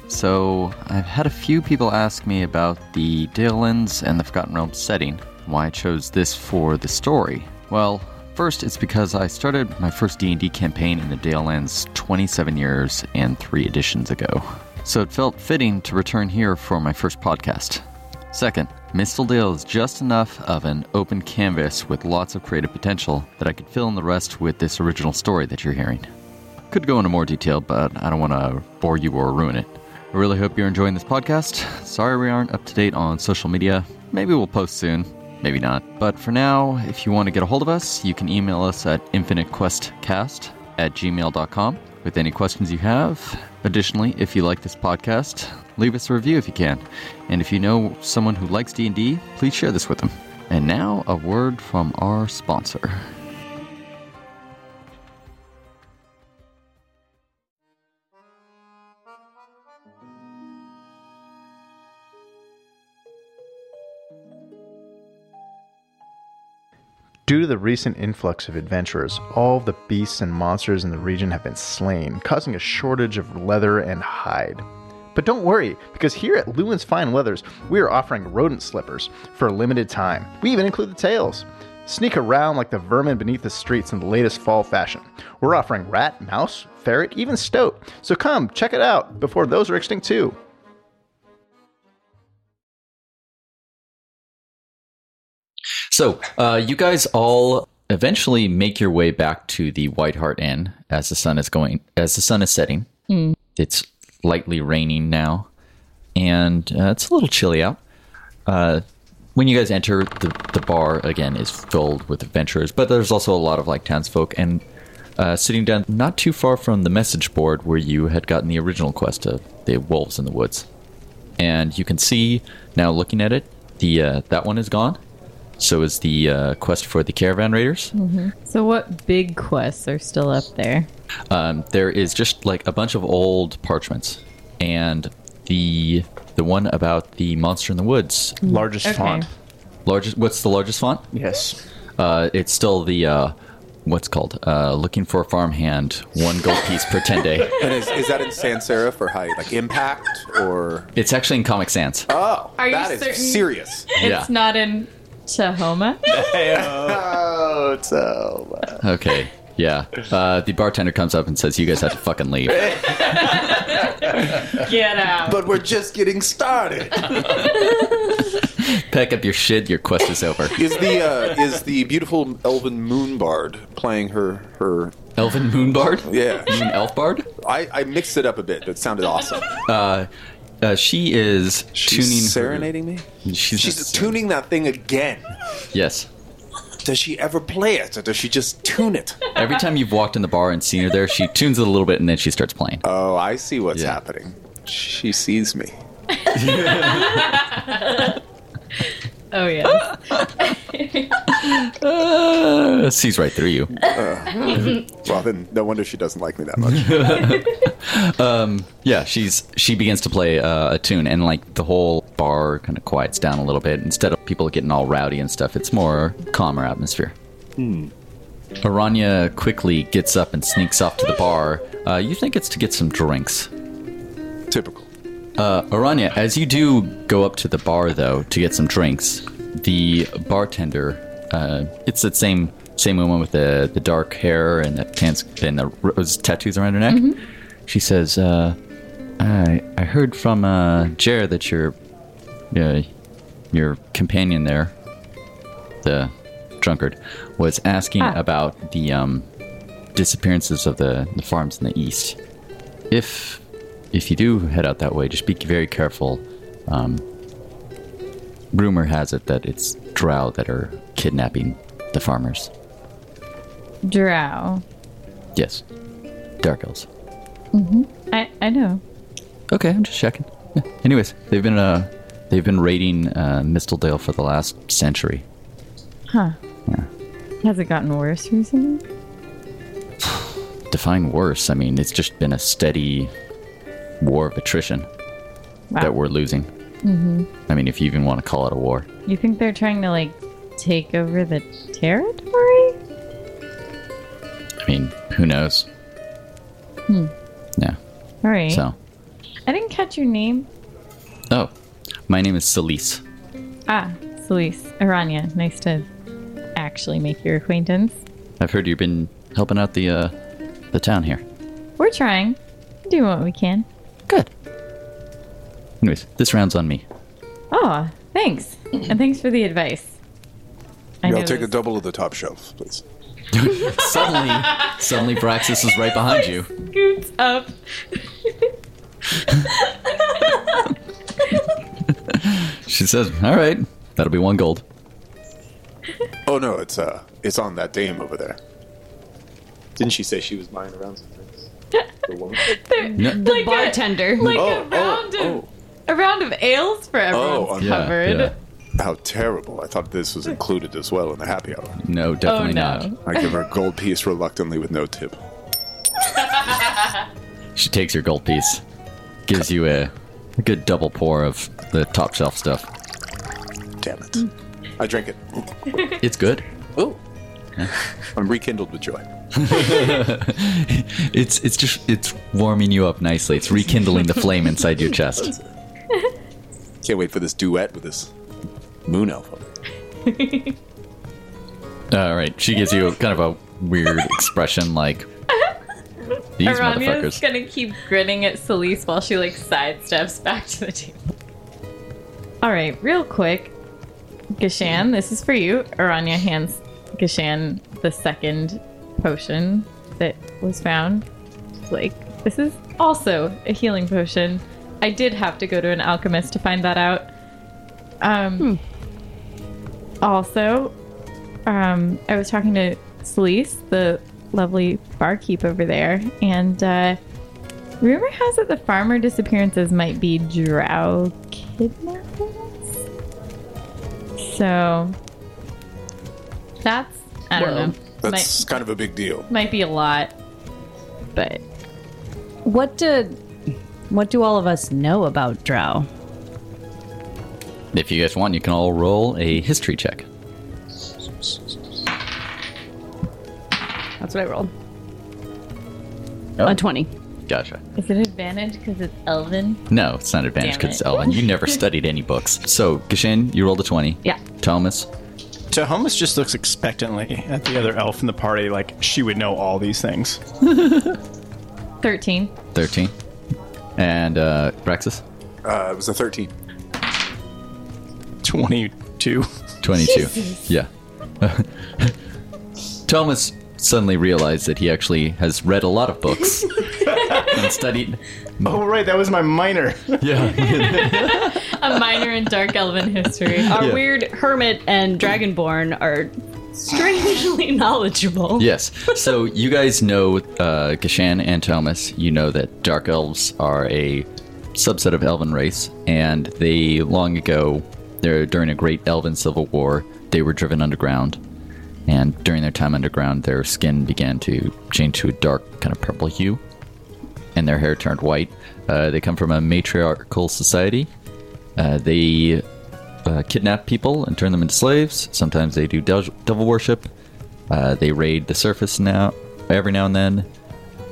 Speaker 2: So, I've had a few people ask me about the Dalelands and the Forgotten Realms setting, why I chose this for the story. Well, first it's because I started my first D&D campaign in the Dalelands 27 years and 3 editions ago. So it felt fitting to return here for my first podcast. Second, Mistledale is just enough of an open canvas with lots of creative potential that I could fill in the rest with this original story that you're hearing. Could go into more detail, but I don't want to bore you or ruin it. I really hope you're enjoying this podcast. Sorry we aren't up to date on social media. Maybe we'll post soon, maybe not. But for now, if you want to get a hold of us, you can email us at infinitequestcast at gmail.com with any questions you have. Additionally, if you like this podcast, leave us a review if you can. And if you know someone who likes D&D, please share this with them. And now, a word from our sponsor.
Speaker 7: Due to the recent influx of adventurers, all of the beasts and monsters in the region have been slain, causing a shortage of leather and hide. But don't worry, because here at Lewin's Fine Leathers, we are offering rodent slippers for a limited time. We even include the tails. Sneak around like the vermin beneath the streets in the latest fall fashion. We're offering rat, mouse, ferret, even stoat. So come, check it out before those are extinct too.
Speaker 2: So, uh, you guys all eventually make your way back to the White Hart Inn as the sun is going, as the sun is setting. It's lightly raining now, and uh, it's a little chilly out. Uh, when you guys enter, the, the bar again is filled with adventurers, but there's also a lot of like townsfolk. And uh, sitting down not too far from the message board where you had gotten the original quest of the wolves in the woods, and you can see now looking at it, the uh, that one is gone. So is the uh, quest for the caravan raiders.
Speaker 5: Hmm. So, what big quests are still up there?
Speaker 2: Um, there is just like a bunch of old parchments, and the the one about the monster in the woods.
Speaker 7: Largest
Speaker 5: Okay.
Speaker 7: font.
Speaker 2: Largest. What's the largest font?
Speaker 7: Yes.
Speaker 2: Uh, it's still the uh, what's called uh, looking for a farmhand. One gold piece per ten day.
Speaker 6: And is, is that in sans serif or how you like impact or
Speaker 2: It's actually in Comic Sans.
Speaker 6: oh
Speaker 5: Are you
Speaker 6: that is
Speaker 5: certain-
Speaker 6: serious.
Speaker 2: yeah.
Speaker 5: It's not in Tahoma.
Speaker 7: Oh, so.
Speaker 2: okay. Yeah. Uh, the bartender comes up and says, "You guys have to fucking leave."
Speaker 5: Get out.
Speaker 6: But we're just getting started.
Speaker 2: Pack up your shit. Your quest is over.
Speaker 6: Is the uh, is the beautiful elven moonbard playing her her
Speaker 2: Elven Moonbard.
Speaker 6: yeah.
Speaker 2: You mean Elf Bard?
Speaker 6: I, I mixed it up a bit, but it sounded awesome.
Speaker 2: Uh, she is
Speaker 6: She's
Speaker 2: tuning her-
Speaker 6: serenading me?
Speaker 2: she's
Speaker 6: She's tuning that thing again.
Speaker 2: yes.
Speaker 6: Does she ever play it, or does she just tune it?
Speaker 2: Every time you've walked in the bar and seen her there, she tunes it a little bit and then she starts playing.
Speaker 6: Oh, I see what's
Speaker 2: Yeah.
Speaker 6: happening. She sees me.
Speaker 5: Oh, yeah.
Speaker 2: Uh, sees right through you.
Speaker 6: Well, then no wonder she doesn't like me that much.
Speaker 2: Yeah, she's she begins to play uh, a tune and like the whole bar kind of quiets down a little bit. Instead of people getting all rowdy and stuff, it's more calmer atmosphere. Aranya quickly gets up and sneaks off to the bar. Uh, you think it's to get some drinks.
Speaker 6: Typical.
Speaker 2: Uh, Aranya, as you do go up to the bar though to get some drinks, the bartender, uh, it's that same same woman with the the dark hair and the pants and the rose tattoos around her neck. She says, uh, "I I heard from uh, Jer that your uh, your companion there, the drunkard, was asking about the um, disappearances of the, the farms in the east. If if you do head out that way, just be very careful. Um, rumor has it that it's drow that are kidnapping the farmers.
Speaker 5: Drow.
Speaker 2: Yes, dark elves.
Speaker 5: I, I know.
Speaker 2: Okay, I'm just checking. Yeah. Anyways, they've been uh they've been raiding uh, Mistledale for the last century.
Speaker 5: Has it gotten worse recently?
Speaker 2: Define worse. I mean, it's just been a steady war of attrition
Speaker 5: Wow.
Speaker 2: that we're losing. Mm-hmm. I mean, if you even want to call it a war.
Speaker 5: You think they're trying to like take over the territory?
Speaker 2: I mean, who knows? Yeah.
Speaker 5: All right.
Speaker 2: So,
Speaker 5: I didn't catch your name.
Speaker 2: oh, my name is Celise.
Speaker 5: Ah, Celise. Aranya. Nice to actually make your acquaintance.
Speaker 2: I've heard you've been helping out the uh, the town here.
Speaker 5: We're trying. Doing what we can.
Speaker 2: Good. Anyways, this round's on me.
Speaker 5: Oh, thanks. and thanks for the advice. I
Speaker 6: Yeah,
Speaker 5: know
Speaker 6: I'll take a
Speaker 5: this-
Speaker 6: double of the top shelf, please.
Speaker 2: suddenly, suddenly, Braxis is right behind you.
Speaker 5: scoots up.
Speaker 2: She says, "All right, that'll be one gold."
Speaker 6: Oh no, it's uh, it's on that dame over there. Didn't she say she was buying around some things? The woman?
Speaker 2: No,
Speaker 1: The bartender.
Speaker 5: Like
Speaker 6: Oh,
Speaker 5: a
Speaker 6: oh,
Speaker 5: round of
Speaker 6: oh,
Speaker 5: a round of ales for everyone's
Speaker 6: Oh, I'm-
Speaker 2: yeah,
Speaker 5: covered.
Speaker 2: yeah.
Speaker 6: how terrible! I thought this was included as well in the happy hour.
Speaker 2: Oh, No, definitely
Speaker 5: Oh, no.
Speaker 2: not.
Speaker 6: I give her a gold piece reluctantly with no tip.
Speaker 2: She takes your gold piece, gives you a, a good double pour of the top shelf stuff.
Speaker 6: Damn it!
Speaker 5: Mm.
Speaker 6: I drink it.
Speaker 2: It's good.
Speaker 6: Oh, I'm rekindled with joy.
Speaker 2: It's it's just it's warming you up nicely. It's rekindling the flame inside your chest.
Speaker 6: Can't wait for this duet with this moon elf.
Speaker 2: All Uh, right, she gives you kind of a weird expression, like these
Speaker 5: Aranya's
Speaker 2: motherfuckers.
Speaker 5: gonna keep grinning at Celise while she like sidesteps back to the table. All right, real quick, Gashan, this is for you. Aranya hands Gashan the second potion that was found. Like, this is also a healing potion. I did have to go to an alchemist to find that out.
Speaker 6: Hmm.
Speaker 5: Um, Also, um, I was talking to Celise, the lovely barkeep over there, and uh, rumor has it the farmer disappearances might be drow kidnappings. So that's I don't know.
Speaker 6: That's kind of a big deal.
Speaker 5: Might might be a lot, but
Speaker 1: What do what do all of us know about Drow?
Speaker 2: If you guys want, you can all roll a history check.
Speaker 1: That's what I rolled.
Speaker 2: Oh.
Speaker 1: A twenty.
Speaker 2: Gotcha.
Speaker 5: is it advantage because it's Elven?
Speaker 2: No, it's not advantage
Speaker 5: Damn
Speaker 2: because
Speaker 5: it.
Speaker 2: Elvin, you never studied any books. So, Gashin, you rolled a twenty.
Speaker 1: Yeah.
Speaker 2: Thomas,
Speaker 8: Tahomas just looks expectantly at the other elf in the party, like she would know all these things.
Speaker 5: Thirteen.
Speaker 2: thirteen, and uh, Braxis,
Speaker 6: Uh, it was a 13.
Speaker 8: 22.
Speaker 2: twenty-two. Yeah. Thomas suddenly realized that he actually has read a lot of books and studied.
Speaker 8: Oh, right, that was my minor.
Speaker 2: Yeah.
Speaker 5: A minor in dark elven history.
Speaker 1: Our weird hermit and dragonborn are strangely knowledgeable.
Speaker 2: Yes. So you guys know uh, Gashan and Thomas. You know that dark elves are a subset of elven race, and they long ago, there during a great elven civil war, they were driven underground. And during their time underground, their skin began to change to a dark kind of purple hue, and their hair turned white. Uh, they come from a matriarchal society. Uh, they uh, kidnap people and turn them into slaves. Sometimes they do del- devil worship Uh, they raid the surface now every now and then.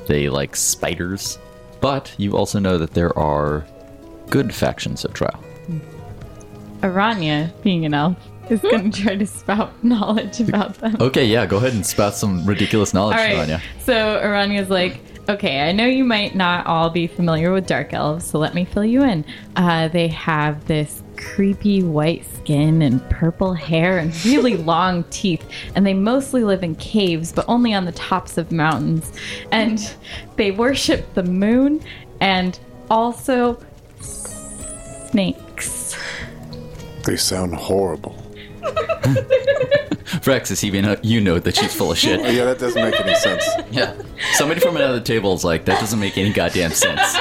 Speaker 2: They like spiders, but you also know that there are good factions of Drow.
Speaker 5: Aranya, being an elf, is going to try to spout knowledge about them.
Speaker 2: Okay, yeah, go ahead and spout some ridiculous knowledge,
Speaker 5: All right.
Speaker 2: Anya.
Speaker 5: So Aranya's like, okay, I know you might not all be familiar with dark elves, so let me fill you in. Uh, they have this creepy white skin and purple hair and really long teeth, and they mostly live in caves, but only on the tops of mountains. And they worship the moon and also snakes.
Speaker 6: They sound horrible.
Speaker 2: Fraxis, even you know that she's full of shit.
Speaker 6: Oh, Yeah, that doesn't make any sense.
Speaker 2: Yeah. Somebody from another table is like, that doesn't make any goddamn sense.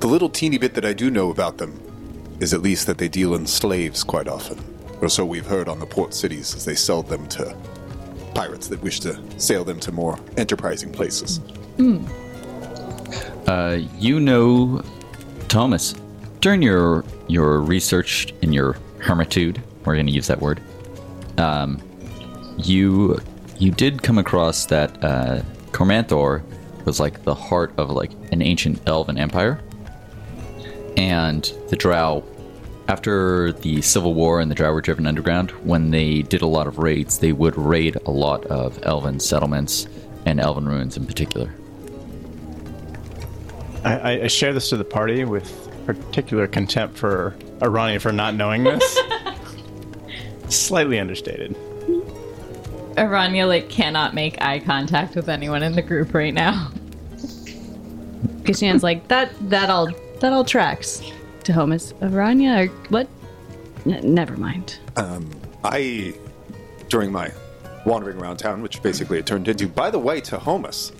Speaker 6: The little teeny bit that I do know about them is at least that they deal in slaves quite often, or so we've heard on the port cities as they sell them to pirates that wish to sail them to more enterprising places.
Speaker 2: Uh, you know, Thomas, during your your research in your hermitude, we're going to use that word. Um, you you did come across that uh, Cormanthor was like the heart of like an ancient elven empire, and the Drow. After the Civil War and the Drow were driven underground, when they did a lot of raids, they would raid a lot of elven settlements and elven ruins in particular.
Speaker 8: I, I- I share this to the party with particular contempt for Arani for not knowing this. Slightly understated.
Speaker 5: Aranya like cannot make eye contact with anyone in the group right now.
Speaker 1: Kashan's like that. That all. That all tracks. To Homus, Aranya, or what? N- never mind.
Speaker 6: I, during my wandering around town, which basically it turned into, by the way, Tahomas,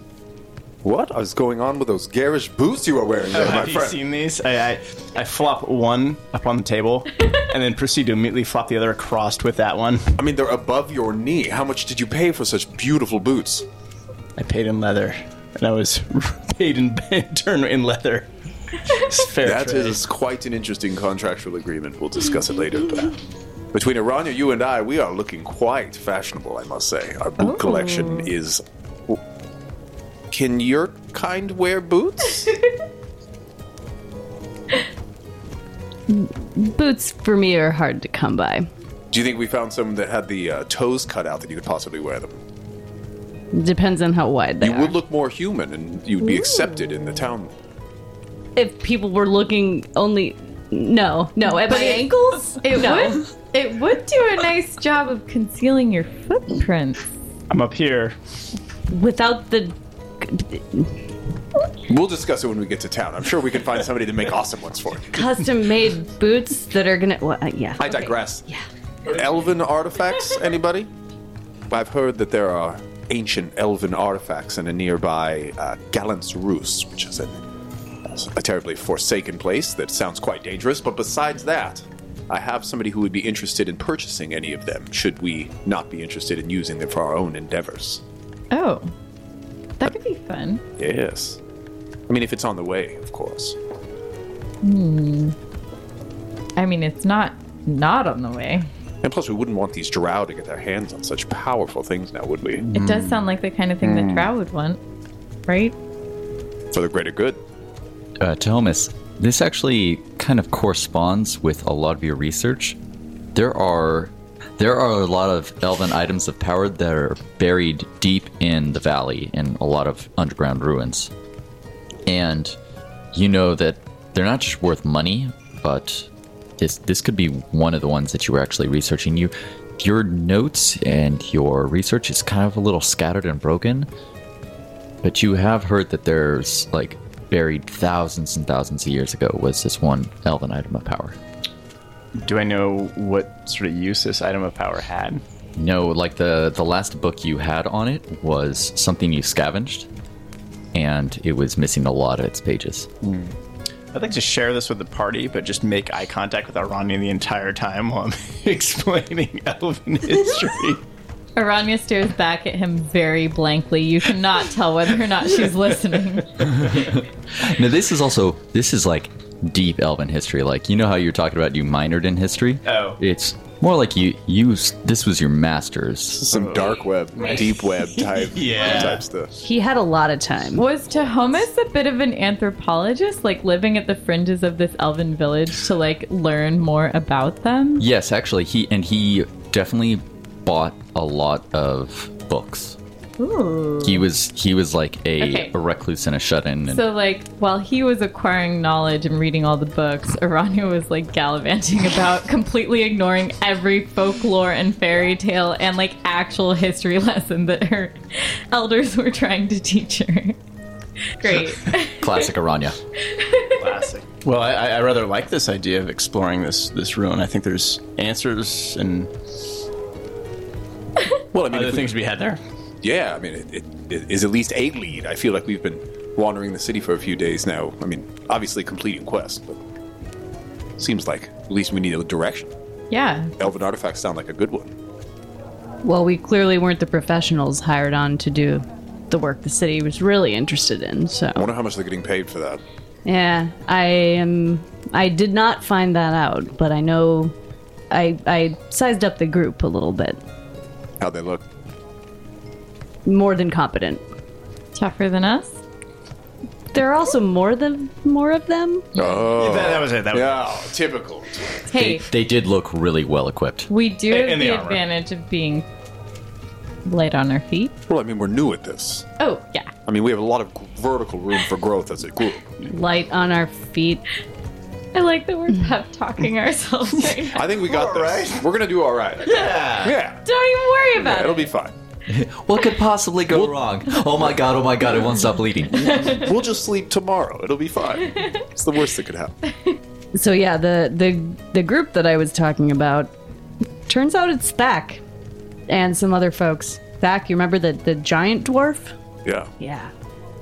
Speaker 6: what is going on with those garish boots you are wearing there, my
Speaker 8: Have you
Speaker 6: friend?
Speaker 8: seen these? I, I, I flop one up on the table and then proceed to immediately flop the other across with that one.
Speaker 6: I mean, they're above your knee. How much did you pay for such beautiful boots?
Speaker 8: I paid in leather, and I was paid in turn in leather. It's fair
Speaker 6: That is
Speaker 8: trade.
Speaker 6: quite an interesting contractual agreement. We'll discuss it later. But between Aranya, you and I, we are looking quite fashionable, I must say. Our boot collection is. Can your kind wear boots?
Speaker 1: Boots for me are hard to come by.
Speaker 6: Do you think we found some that had the uh, toes cut out that you could possibly wear them?
Speaker 1: Depends on how wide they
Speaker 6: You
Speaker 1: are.
Speaker 6: would look more human, and you'd be accepted in the town.
Speaker 1: if people were looking only, no, no, at my ankles.
Speaker 5: It
Speaker 1: no.
Speaker 5: would it would do a nice job of concealing your footprints.
Speaker 8: I'm up here.
Speaker 1: without the
Speaker 6: We'll discuss it when we get to town. I'm sure we can find somebody to make awesome ones for you.
Speaker 1: custom-made boots that are gonna. Well, uh, yeah,
Speaker 6: I digress. Elven artifacts, anybody? I've heard that there are ancient elven artifacts in a nearby uh, Gallant's Roost, which is an, a terribly forsaken place that sounds quite dangerous. But besides that, I have somebody who would be interested in purchasing any of them, should we not be interested in using them for our own endeavors.
Speaker 5: Oh. That could be fun.
Speaker 6: Yes. I mean, if it's on the way, of course.
Speaker 5: I mean it's not not on the way.
Speaker 6: And plus, we wouldn't want these drow to get their hands on such powerful things now, would we?
Speaker 5: It does sound like the kind of thing that Drow would want. Right?
Speaker 6: For the greater good.
Speaker 2: uh, Thomas, this actually kind of corresponds with a lot of your research. There are there are a lot of elven items of power that are buried deep in the valley in a lot of underground ruins. And you know that they're not just worth money, but this this could be one of the ones that you were actually researching. You your notes and your research is kind of a little scattered and broken, but you have heard that there's like buried thousands and thousands of years ago was this one elven item of power.
Speaker 8: Do I know what sort of use this item of power had?
Speaker 2: No, like the the last book you had on it was something you scavenged, and it was missing a lot of its pages.
Speaker 8: I'd like to share this with the party, but just make eye contact with Arani the entire time while I'm explaining elven history.
Speaker 5: Aranya stares back at him very blankly. You cannot tell whether or not she's listening.
Speaker 2: Now this is also this is like deep elven history. Like you know how you're talking about you minored in history.
Speaker 8: Oh.
Speaker 2: it's More like you you s- this was your master's.
Speaker 6: Some dark web, deep web type,
Speaker 8: Oh. Yeah.
Speaker 6: type stuff.
Speaker 1: He had a lot of time.
Speaker 5: Was Tahomas a bit of an anthropologist, like living at the fringes of this elven village to like learn more about them?
Speaker 2: Yes, actually he and he definitely bought a lot of books. He was he was like a,
Speaker 5: Okay.
Speaker 2: a recluse and a shut-in and
Speaker 5: So, like, while he was acquiring knowledge and reading all the books, Aranya was like gallivanting about, completely ignoring every folklore and fairy tale and like actual history lesson that her elders were trying to teach her. Great.
Speaker 2: classic Aranya.
Speaker 8: Well, I, I I rather like this idea of exploring this this ruin. I think there's answers and
Speaker 6: Well, I mean,
Speaker 8: other
Speaker 6: if we-
Speaker 8: things to be had there.
Speaker 6: yeah, I mean, it, it, it is at least a lead. I feel like we've been wandering the city for a few days now. I mean, obviously completing quests, but seems like at least we need a direction.
Speaker 5: yeah.
Speaker 6: Elven artifacts sound like a good one.
Speaker 1: Well, we clearly weren't the professionals hired on to do the work the city was really interested in. So,
Speaker 6: I wonder how much they're getting paid for that.
Speaker 1: yeah, I am. I did not find that out, but I know. I I sized up the group a little bit.
Speaker 6: How they look.
Speaker 1: More than competent.
Speaker 5: Tougher than us?
Speaker 1: There are also more than more of them.
Speaker 6: Oh,
Speaker 8: That, that was it. That was
Speaker 6: yeah, typical.
Speaker 5: Hey,
Speaker 2: They did look really well equipped.
Speaker 5: we do
Speaker 8: In-
Speaker 5: have
Speaker 8: in
Speaker 5: the,
Speaker 8: the armor.
Speaker 5: advantage of being light on our feet.
Speaker 6: Well, I mean, we're new at this.
Speaker 5: Oh, yeah.
Speaker 6: I mean, we have a lot of g- vertical room for growth as a group.
Speaker 1: Light on our feet.
Speaker 5: I like that we're pep talking ourselves right now.
Speaker 6: I think we got this. We're gonna do all right. Yeah. Yeah.
Speaker 5: Don't even worry about it.
Speaker 6: It'll be fine.
Speaker 2: What could possibly go wrong? Oh my god, oh my god, it won't stop bleeding.
Speaker 6: We'll just sleep tomorrow. It'll be fine. It's the worst that could happen.
Speaker 1: So yeah, the the the group that I was talking about turns out it's Thack and some other folks. Thack, you remember the the giant dwarf?
Speaker 6: Yeah.
Speaker 1: Yeah.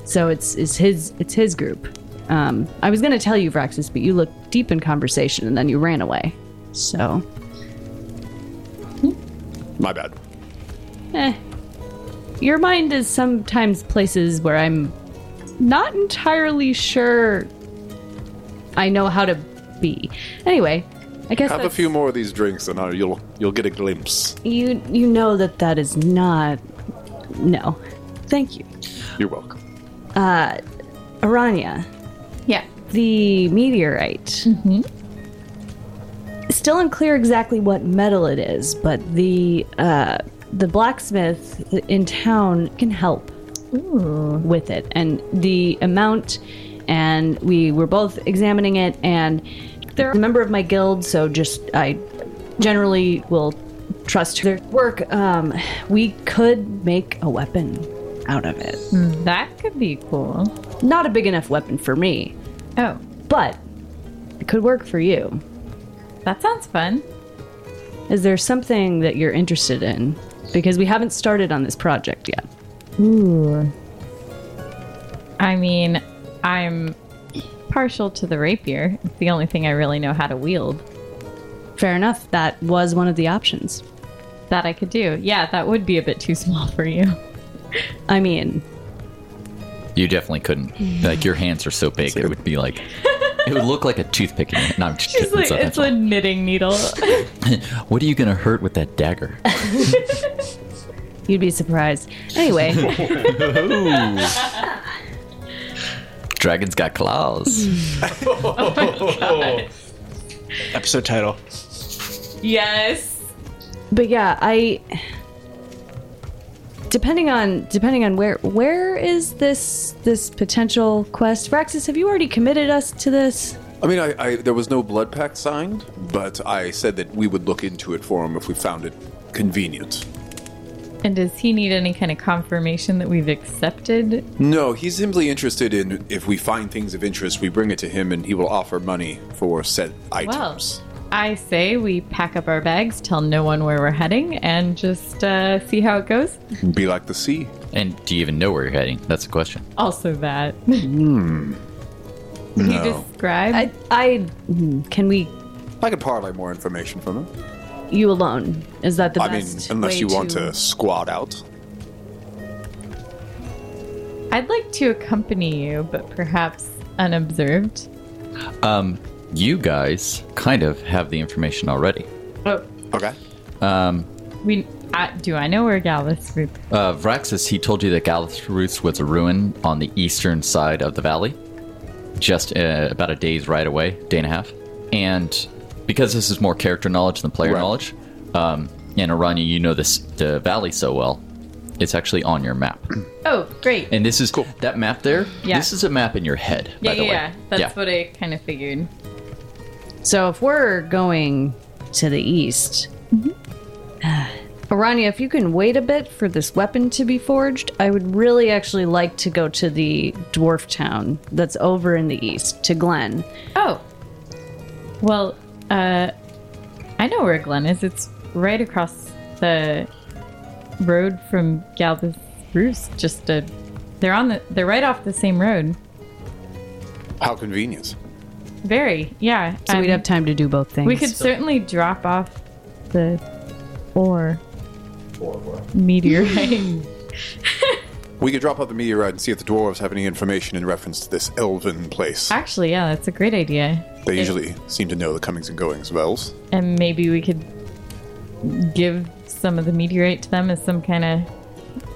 Speaker 1: So it's it's his it's his group. Um, I was gonna tell you, Vraxis, but you looked deep in conversation and then you ran away. So
Speaker 6: My bad.
Speaker 1: eh. Your mind is sometimes places where I'm not entirely sure I know how to be. Anyway, I guess
Speaker 6: Have a
Speaker 1: that's-
Speaker 6: few more of these drinks, and uh, you'll you'll get a glimpse.
Speaker 1: You you know that that is not. No, thank you,
Speaker 6: You're welcome.
Speaker 1: Aranya.
Speaker 5: Yeah.
Speaker 1: The meteorite. Mm-hmm. Still unclear exactly what metal it is, but the uh, the blacksmith in town can help with it, and the amount. And we were both examining it, and they're a member of my guild, so just I generally will trust their work. Um, we could make a weapon out of it.
Speaker 5: That could be cool.
Speaker 1: Not a big enough weapon for me,
Speaker 5: Oh,
Speaker 1: but it could work for you.
Speaker 5: that sounds fun.
Speaker 1: Is there something that you're interested in? Because we haven't started on this project yet.
Speaker 5: I mean, I'm partial to the rapier. It's the only thing I really know how to wield.
Speaker 1: Fair enough. That was one of the options.
Speaker 5: That I could do. Yeah, that would be a bit too small for you.
Speaker 1: I mean,
Speaker 2: You definitely couldn't. Like your hands are so big, it would be like it would look like a toothpick. In your, no, I'm just
Speaker 5: It's
Speaker 2: kidding.
Speaker 5: like
Speaker 2: It's not
Speaker 5: it's
Speaker 2: that
Speaker 5: a knitting needle.
Speaker 2: small. what are you gonna hurt with that dagger?
Speaker 1: you'd be surprised. Anyway,
Speaker 2: Dragons got claws.
Speaker 8: episode title.
Speaker 5: yes.
Speaker 1: but yeah, I depending on depending on where where is this this potential quest? Fraxis, have you already committed us to this?
Speaker 6: I mean, I, I there was no blood pact signed, but I said that we would look into it for him if we found it convenient.
Speaker 5: And does he need any kind of confirmation that we've accepted?
Speaker 6: No, he's simply interested in if we find things of interest, we bring it to him, and he will offer money for said
Speaker 5: Well,
Speaker 6: items.
Speaker 5: I say we pack up our bags, tell no one where we're heading, and just uh, see how it goes.
Speaker 6: Be like the sea.
Speaker 2: And do you even know where you're heading? That's the question.
Speaker 5: Also, that. Hmm. Can you describe?
Speaker 1: I I can we
Speaker 6: I could parlay more information from him.
Speaker 1: you alone? Is that the
Speaker 6: I mean,
Speaker 1: best?
Speaker 6: unless
Speaker 1: way
Speaker 6: you want to squat out.
Speaker 5: I'd like to accompany you, but perhaps unobserved.
Speaker 2: Um, you guys kind of have the information already.
Speaker 5: Oh,
Speaker 6: Okay.
Speaker 2: Um,
Speaker 5: We I, do I know where Galvis Group?
Speaker 2: Uh, Vraxis, he told you that Galathrus was a ruin on the eastern side of the valley, just uh, about a day's ride away, day and a half. And because this is more character knowledge than player
Speaker 6: Right.
Speaker 2: knowledge, um, and Aranya, you know this the valley so well, it's actually on your map.
Speaker 5: Oh, great.
Speaker 2: And this is that map there.
Speaker 5: Yeah.
Speaker 2: This is a map in your head.
Speaker 5: yeah,
Speaker 2: by the
Speaker 5: yeah,
Speaker 2: way.
Speaker 5: yeah. That's
Speaker 2: yeah.
Speaker 5: what I kind of figured.
Speaker 1: So if we're going to the east, uh, Aranya, if you can wait a bit for this weapon to be forged, I would really actually like to go to the dwarf town that's over in the east, to Glen.
Speaker 5: Oh. Well, uh, I know where Glen is. It's right across the road from Galvis Roost. Just a, they're on the, they're right off the same road.
Speaker 6: How convenient.
Speaker 5: Very, yeah.
Speaker 1: So
Speaker 5: um,
Speaker 1: we'd have time to do both things.
Speaker 5: We could certainly drop off the ore. Meteorite.
Speaker 6: We could drop off the meteorite and see if the dwarves have any information in reference to this elven place.
Speaker 5: Actually, yeah, that's a great idea.
Speaker 6: They usually seem to know the comings and goings of elves.
Speaker 5: And maybe we could give some of the meteorite to them as some kind of.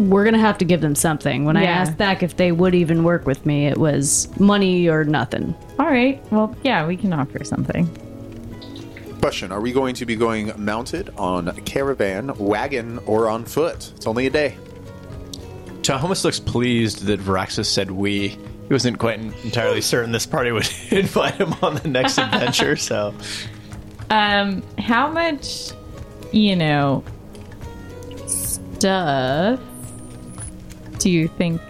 Speaker 1: We're gonna have to give them something. When I
Speaker 5: Yeah.
Speaker 1: asked back if they would even work with me, it was money or nothing.
Speaker 5: All right. Well, yeah, we can offer something.
Speaker 6: Question Are we going to be going mounted on a caravan, wagon, or on foot? It's only a day.
Speaker 8: Tahomas looks pleased that Varaxis said we. He wasn't quite entirely certain this party would invite him on the next adventure, so
Speaker 5: Um, how much, you know, stuff do you think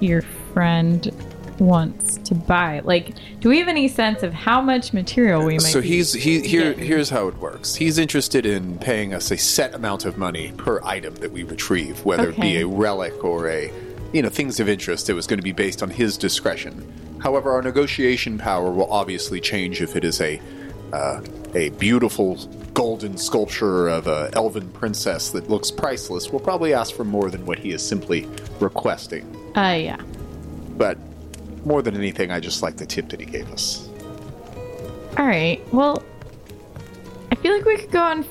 Speaker 5: your friend wants to buy? Like, do we have any sense of how much material we might?
Speaker 6: so
Speaker 5: be-
Speaker 6: he's he here here's how it works he's interested in paying us a set amount of money per item that we retrieve whether it be
Speaker 5: Okay.
Speaker 6: a relic or a you know things of interest it was going to be based on his discretion however our negotiation power will obviously change if it is a uh, a beautiful golden sculpture of a elven princess that looks priceless we'll probably ask for more than what he is simply requesting
Speaker 5: Uh, yeah.
Speaker 6: but more than anything i just like the tip that he gave us
Speaker 5: All right. Well, I feel like we could go on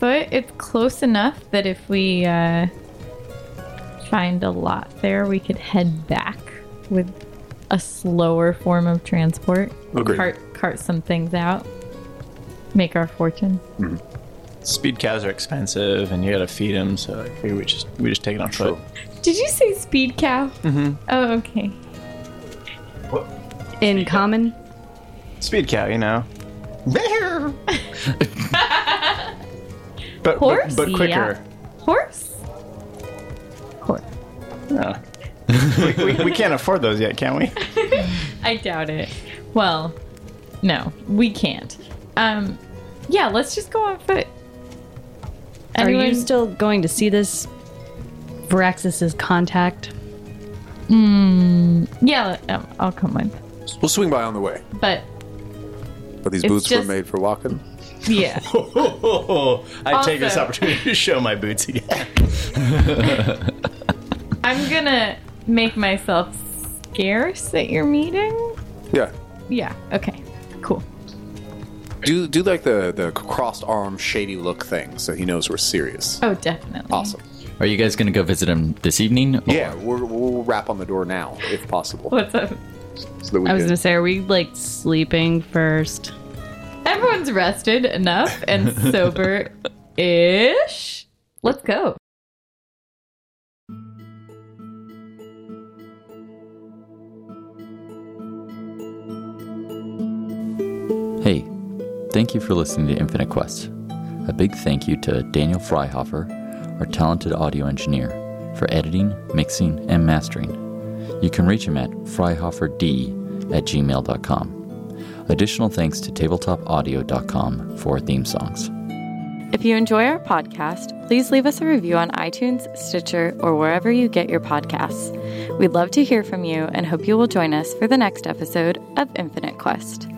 Speaker 5: foot. It's close enough that if we uh, find a lot there, we could head back with a slower form of transport.
Speaker 8: Oh,
Speaker 6: Agreed.
Speaker 5: Cart, cart some things out, make our fortune.
Speaker 8: speed cows are expensive, and you got to feed them. So I figure we just we just take it on foot.
Speaker 5: Did you say speed cow? Mm-hmm. Oh, okay.
Speaker 1: In common,
Speaker 8: Speed cow, you know. but, but-
Speaker 5: Horse?
Speaker 8: but, quicker.
Speaker 5: Horse? Horse.
Speaker 8: Yeah. we, we, we can't afford those yet, can we?
Speaker 5: I doubt it. Well, no, we can't. Um, yeah, let's just go on foot.
Speaker 1: are you
Speaker 5: Anyone-
Speaker 1: still going to see this Varaxis's contact?
Speaker 5: Yeah, um, I'll come with.
Speaker 6: we'll swing by on the way
Speaker 5: But
Speaker 6: but these
Speaker 5: It's
Speaker 6: boots
Speaker 5: just-
Speaker 6: were made for walking
Speaker 5: yeah,
Speaker 8: I take this
Speaker 5: Also-
Speaker 8: opportunity to show my boots again.
Speaker 5: I'm gonna make myself scarce at your meeting.
Speaker 6: yeah
Speaker 5: Yeah. Okay. Cool.
Speaker 6: Do do like the the crossed arm shady look thing, so he knows we're serious.
Speaker 5: Oh, definitely.
Speaker 6: Awesome.
Speaker 2: Are you guys going to go visit him this evening? or-
Speaker 6: Yeah, we're, we'll rap on the door now, if possible.
Speaker 5: What's up?
Speaker 6: So that we
Speaker 1: I was
Speaker 6: can-
Speaker 1: gonna say, are we like sleeping first?
Speaker 5: Everyone's rested enough and sober ish. Let's go.
Speaker 2: Hey, thank you for listening to Infinite Quest. A big thank you to Daniel Freihoffer, our talented audio engineer, for editing, mixing, and mastering. You can reach him at freihofferd at gmail.com. Additional thanks to tabletopaudio.com for our theme songs.
Speaker 9: If you enjoy our podcast, please leave us a review on iTunes, Stitcher, or wherever you get your podcasts. We'd love to hear from you and hope you will join us for the next episode of Infinite Quest.